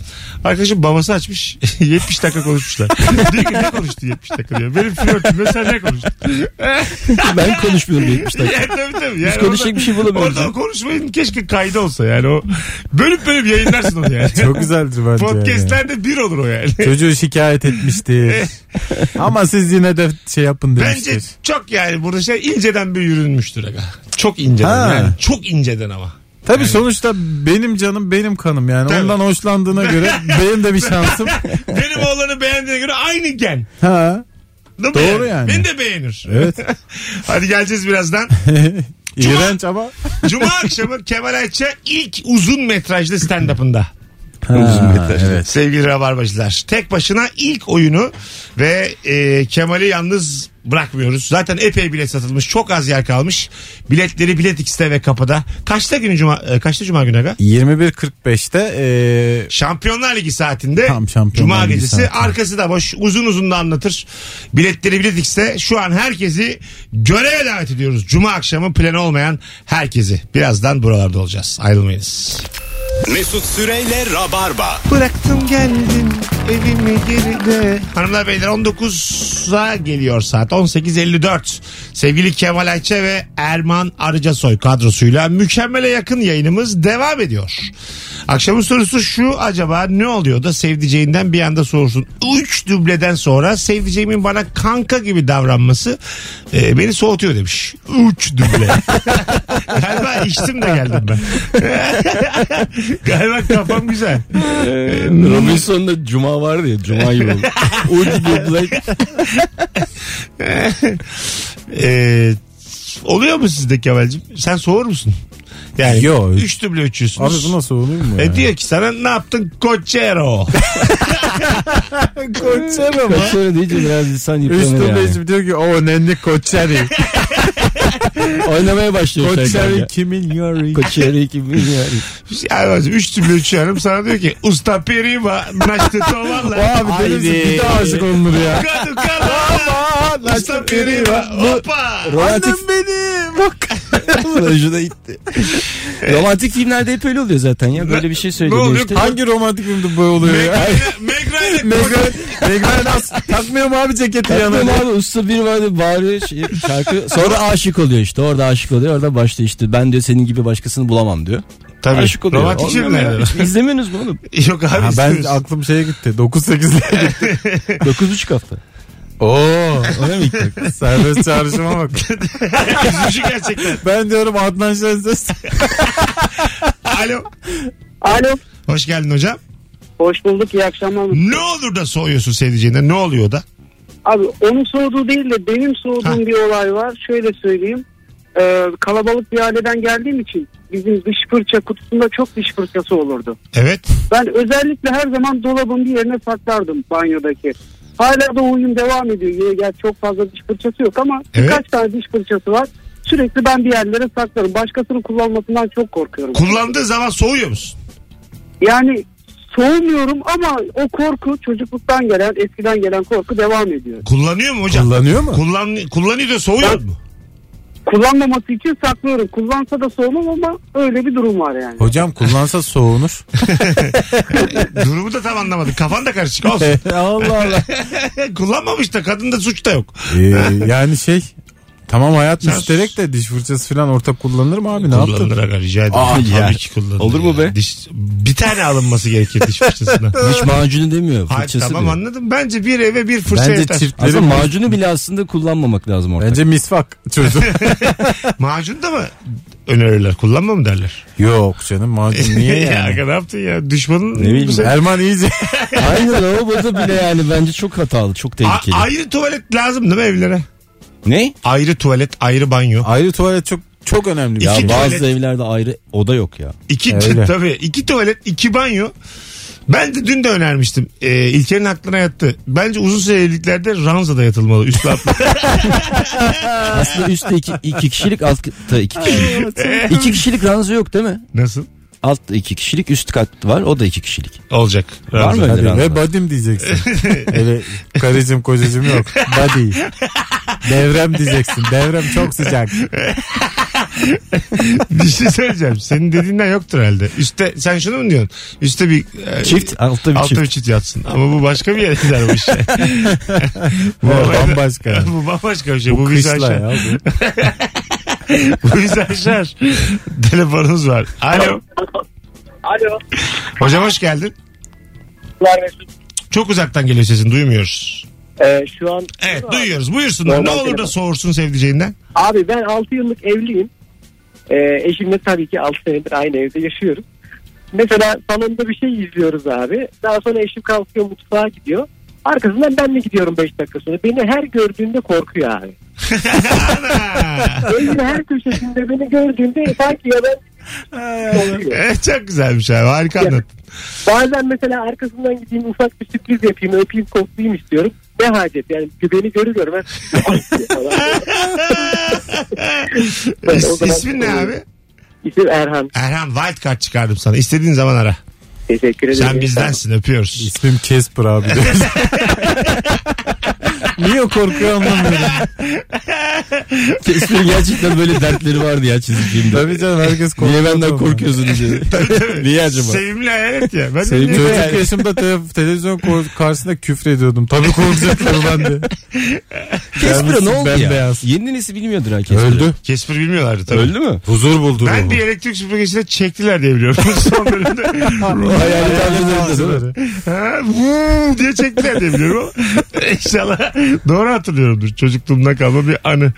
S2: Arkadaşım babası açmış. 70 dakika konuşmuşlar. diyor ki ne konuştu 70 dakika diyor. Benim flörtümle sen ne konuştun?
S3: Ben konuşmuyorum 70 dakika.
S2: yani tabii tabii. Yani
S3: Biz konuşacak bir şey bulamıyoruz.
S2: Orada o konuşmayın keşke kaydı olsa yani o. Bölüp bölüp yayınlarsın onu yani.
S4: Çok güzeldir bence. Yani.
S2: Podcastlerde bir olur o yani.
S4: Çocuğu şikayet etmiştir. Ama siz yine de şey yapın demiştir.
S2: Bence çok yani burada şey inceden bir yürünmüştür aga. Çok inceden
S4: Ha.
S2: yani. Çok inceden ama.
S4: Tabii sonuçta benim canım benim kanım yani.
S2: Tabii.
S4: Ondan hoşlandığına göre benim de bir şansım.
S2: Benim oğlanı beğendiğine göre aynı gen.
S4: ha.
S2: Değil mi
S4: Doğru yani.
S2: Beni de beğenir.
S4: Evet.
S2: Hadi geleceğiz birazdan.
S4: İğrenç ama.
S2: Cuma akşamı Kemal Ayça ilk uzun metrajlı stand-up'ında.
S4: Ha, evet.
S2: Sevgili Rabarbacılar. Tek başına ilk oyunu ve e, Kemal'i yalnız bırakmıyoruz. Zaten epey bilet satılmış. Çok az yer kalmış. Biletleri Bilet X'te ve kapıda. Kaçta günü cuma, e, kaçta cuma günü aga?
S4: 21.45'te eee
S2: Şampiyonlar Ligi saatinde
S4: Tam Şampiyonlar
S2: Cuma
S4: Ligi
S2: gecesi
S4: saati.
S2: arkası da boş uzun uzun da anlatır. Biletleri Bilet X'te şu an herkesi göreve davet ediyoruz. Cuma akşamı planı olmayan herkesi. Birazdan buralarda olacağız. Ayrılmayınız.
S1: Mesut Süreyle Rabarba.
S2: Bıraktım geldim evimi geride. Hanımlar beyler 19'a geliyor saat 18.54. Sevgili Kemal Ayça ve Erman Arıcasoy kadrosuyla mükemmele yakın yayınımız devam ediyor. Akşamın sorusu şu acaba ne oluyor da sevdiceğinden bir anda soğursun. 3 dubleden sonra sevdiceğimin bana kanka gibi davranması e, beni soğutuyor demiş. 3 duble. Galiba içtim de geldim ben. Galiba kafam güzel.
S3: Robinson'da cuma vardı ya cuma gibi oldu. Ucu dublek.
S2: Ee, oluyor mu sizde Kemal'cim? Sen soğur musun? Yani
S4: Yo.
S2: 3 duble
S4: Abi
S2: uçuyorsunuz.
S4: bu nasıl olur mu?
S2: E diyor ki sana ne yaptın Koçero?
S4: Koçero
S3: Sonra deyince biraz insan yıpranır yani.
S4: Üstüm diyor ki o nenni koçeri.
S3: Oynamaya başlıyor
S4: koçeri
S3: Koçeri.
S4: kimin yori?
S3: Koçeri kim bilmiyor.
S2: Yani 3 duble uçuyorum sana diyor ki Usta Perima Naşte
S4: O
S2: Tovala.
S4: abi deli misin?
S3: Haydi.
S4: bir daha aşık olunur ya.
S2: Kadu Kala.
S4: Aman
S2: Usta Perima. Hoppa.
S3: Romantik,
S4: benim. Bak.
S3: Hoşuna gitti. romantik filmlerde hep öyle oluyor zaten ya. Böyle bir şey söyleniyor
S2: oluyor?
S3: işte.
S4: Hangi romantik filmde böyle oluyor ya?
S2: Megra'yla
S4: Meghan, Meghan nasıl? Takmıyor mu abi ceketi
S3: Yapmıyorum
S4: yanına?
S3: abi usta bir var diye bağırıyor şey, şarkı. Sonra aşık oluyor işte orada aşık oluyor orada başlıyor işte ben diyor senin gibi başkasını bulamam diyor.
S2: Tabii.
S3: Aşık oluyor.
S2: Romantik
S4: şey
S3: Olmuyor
S2: filmlerde.
S3: ya. Hiç İzlemiyorsunuz mu oğlum?
S2: Yok abi
S4: Ha, ben
S2: istemiyorsun.
S4: aklım şeye gitti. 9-8'le gitti.
S3: 9,5 hafta.
S4: Oo, öyle mi gittik? Serbest çağrışıma bak.
S2: Üzücü gerçekten.
S4: Ben diyorum Adnan Şenses.
S2: Alo.
S10: Alo.
S2: Hoş geldin hocam.
S10: Hoş bulduk. iyi akşamlar.
S2: Ne olur da soğuyorsun sevdiceğinden ne oluyor da?
S10: Abi onun soğuduğu değil de benim soğuduğum
S2: Ha.
S10: bir olay var. Şöyle söyleyeyim. e, kalabalık bir aileden geldiğim için bizim dış fırça kutusunda çok dış fırçası olurdu.
S2: Evet.
S10: Ben özellikle her zaman dolabın bir yerine saklardım banyodaki. Hala da uyum devam ediyor. Yine gel çok fazla diş fırçası yok ama
S2: Evet.
S10: birkaç tane diş fırçası var. Sürekli ben bir yerlere saklarım. Başkasının kullanmasından çok korkuyorum.
S2: Kullandığı zaman soğuyor musun?
S10: Yani soğumuyorum ama o korku çocukluktan gelen, eskiden gelen korku devam ediyor.
S2: Kullanıyor mu hocam?
S4: Kullanıyor mu?
S2: Kullan, kullanıyor da soğuyor mu?
S10: Kullanmaması için saklıyorum. Kullansa da soğumam ama öyle bir durum var yani.
S4: Hocam kullansa soğunur.
S2: Durumu da tam anlamadık. Kafan da karışık olsun.
S4: E,
S2: E,
S4: Allah Allah.
S2: Kullanmamış da kadında suç da yok.
S4: Ee, yani şey tamam hayat
S2: Sen-
S4: müşterek de diş fırçası falan ortak kullanılır mı abi ne yaptın?
S2: Kullanılır aga rica ederim.
S3: Aa,
S2: Tabii
S3: ya.
S2: ki kullanılır.
S3: Olur mu
S2: ya.
S3: be?
S2: Diş- bir tane alınması gerekir diş fırçasına.
S3: Hiç macunu demiyor.
S2: Hayır
S3: Fırçası
S2: tamam
S3: bile.
S2: anladım. Bence bir eve bir fırça
S4: Bence
S2: yeter.
S4: çiftlerin
S3: Aslında macunu bile aslında kullanmamak lazım orada.
S4: Bence misvak çözüm.
S2: Macun da mı önerirler? Kullanma mı derler?
S4: Yok canım macun niye
S2: ya?
S4: yani?
S2: Aga ne yaptın ya? Düşmanın...
S3: Ne bileyim
S2: Bu şey- sefer-
S4: Erman iyice.
S3: Aynı lavaboda bile yani bence çok hatalı, çok
S2: A-
S3: tehlikeli.
S2: ayrı tuvalet lazım değil mi evlere?
S3: ne?
S2: Ayrı tuvalet, ayrı banyo.
S4: Ayrı tuvalet çok çok önemli. bir
S3: Ya
S4: şey.
S2: İki
S3: bazı
S2: tuvalet.
S3: evlerde ayrı oda yok ya.
S2: İki
S4: Öyle.
S2: tabii iki tuvalet, iki banyo. Ben de dün de önermiştim. Ee, İlker'in aklına yattı. Bence uzun süre evliliklerde ranzada yatılmalı. Üstü atlı.
S3: Aslında üstte iki, iki kişilik, altta iki kişilik. iki kişilik ranza yok değil mi?
S2: Nasıl?
S3: Alt da iki kişilik, üst kat var. O da iki kişilik.
S2: Olacak.
S3: Var
S2: ranza.
S3: mı
S4: Hadi
S3: öyle ranza?
S4: ve badim diyeceksin. Öyle karıcım kocacım yok. Body. Devrem diyeceksin. Devrem çok sıcak.
S2: Bir şey söyleyeceğim. Senin dediğinden yoktur herhalde. Üste, sen şunu mu diyorsun? Üste bir... e,
S3: Çift, altta bir
S2: Altta
S3: çift.
S2: bir çift yatsın. Ama bu başka bir yere gider bu iş.
S4: Bu
S2: olayda-
S4: bambaşka.
S2: bu bambaşka bir şey. Bu,
S4: Bu
S2: bizi
S4: kışla
S2: aşar.
S4: ya. bu.
S2: Bu bizi aşar. Telefonumuz var. Alo.
S5: Alo.
S2: Hocam hoş geldin. Çok uzaktan geliyor sesin duymuyoruz.
S10: E,
S5: şu an
S2: Evet duyuyoruz. Buyursunlar. Ne
S5: Normal
S2: olur da
S5: telefon.
S2: soğursun sevdiceğinden.
S5: Abi ben 6 yıllık evliyim. Ee, eşimle tabii ki 6 senedir aynı evde yaşıyoruz. Mesela salonda bir şey izliyoruz abi. Daha sonra eşim kalkıyor mutfağa gidiyor. Arkasından ben mi gidiyorum 5 dakika sonra? Beni her gördüğünde korkuyor abi.
S2: Ana.
S5: Evin her köşesinde beni gördüğünde sanki ya ben korkuyor.
S2: Evet, çok güzelmiş abi. Harika anlattın.
S5: Bazen mesela arkasından gideyim ufak bir sürpriz yapayım öpeyim koklayayım istiyorum. Ne hacet yani beni görür görmez.
S2: İs- İsmin ne abi?
S5: İsim Erhan.
S2: Erhan Wildcard çıkardım sana. İstediğin zaman ara.
S5: Teşekkür ederim.
S2: Sen bizdensin öpüyoruz.
S4: İsmim Kesper abi. diyor. Niye korkuyor anlamıyorum.
S3: Kesper gerçekten böyle dertleri vardı ya çizgi filmde.
S4: Tabii canım herkes korkuyor.
S3: Niye benden
S4: ondan.
S3: korkuyorsun diye. Niye acaba?
S2: Sevimli hayalet ya. Ben de
S3: Sevimli-
S2: niye-
S4: Çocuk
S3: Yani.
S4: yaşımda te- televizyon ko- karşısında küfür ediyordum. Tabii korkacaklar ulan diye.
S3: Kesper'e ne oldu ya?
S4: Bembeyaz.
S3: Yeni nesil bilmiyordur ha Kesper'i.
S4: Öldü.
S2: Kesper bilmiyorlardı tabii.
S3: Öldü mü?
S4: Huzur buldu.
S2: Ben
S4: ruhu.
S2: bir elektrik süpürgesine çektiler diye biliyorum. Son bölümde.
S3: Hayali kaldırdı değil mi?
S4: Bazıları.
S2: Ha, vuu diye çektiler diye biliyorum. ama İnşallah doğru hatırlıyorumdur. Çocukluğumdan kalma bir anı.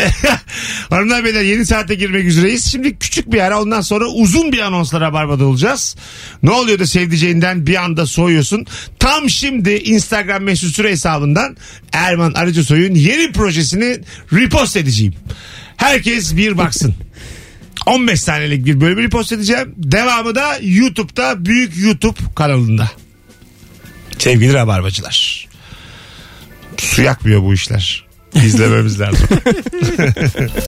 S2: Hanımlar beyler yeni saate girmek üzereyiz. Şimdi küçük bir ara ondan sonra uzun bir anonsla Rabarba'da olacağız. Ne oluyor da sevdiceğinden bir anda soyuyorsun. Tam şimdi Instagram mesut süre hesabından Erman Arıcı Soy'un yeni projesini repost edeceğim. Herkes bir baksın. 15 saniyelik bir bölümünü post edeceğim. Devamı da YouTube'da büyük YouTube kanalında. Sevgili rabarbacılar. Su yakmıyor bu işler. İzlememiz lazım.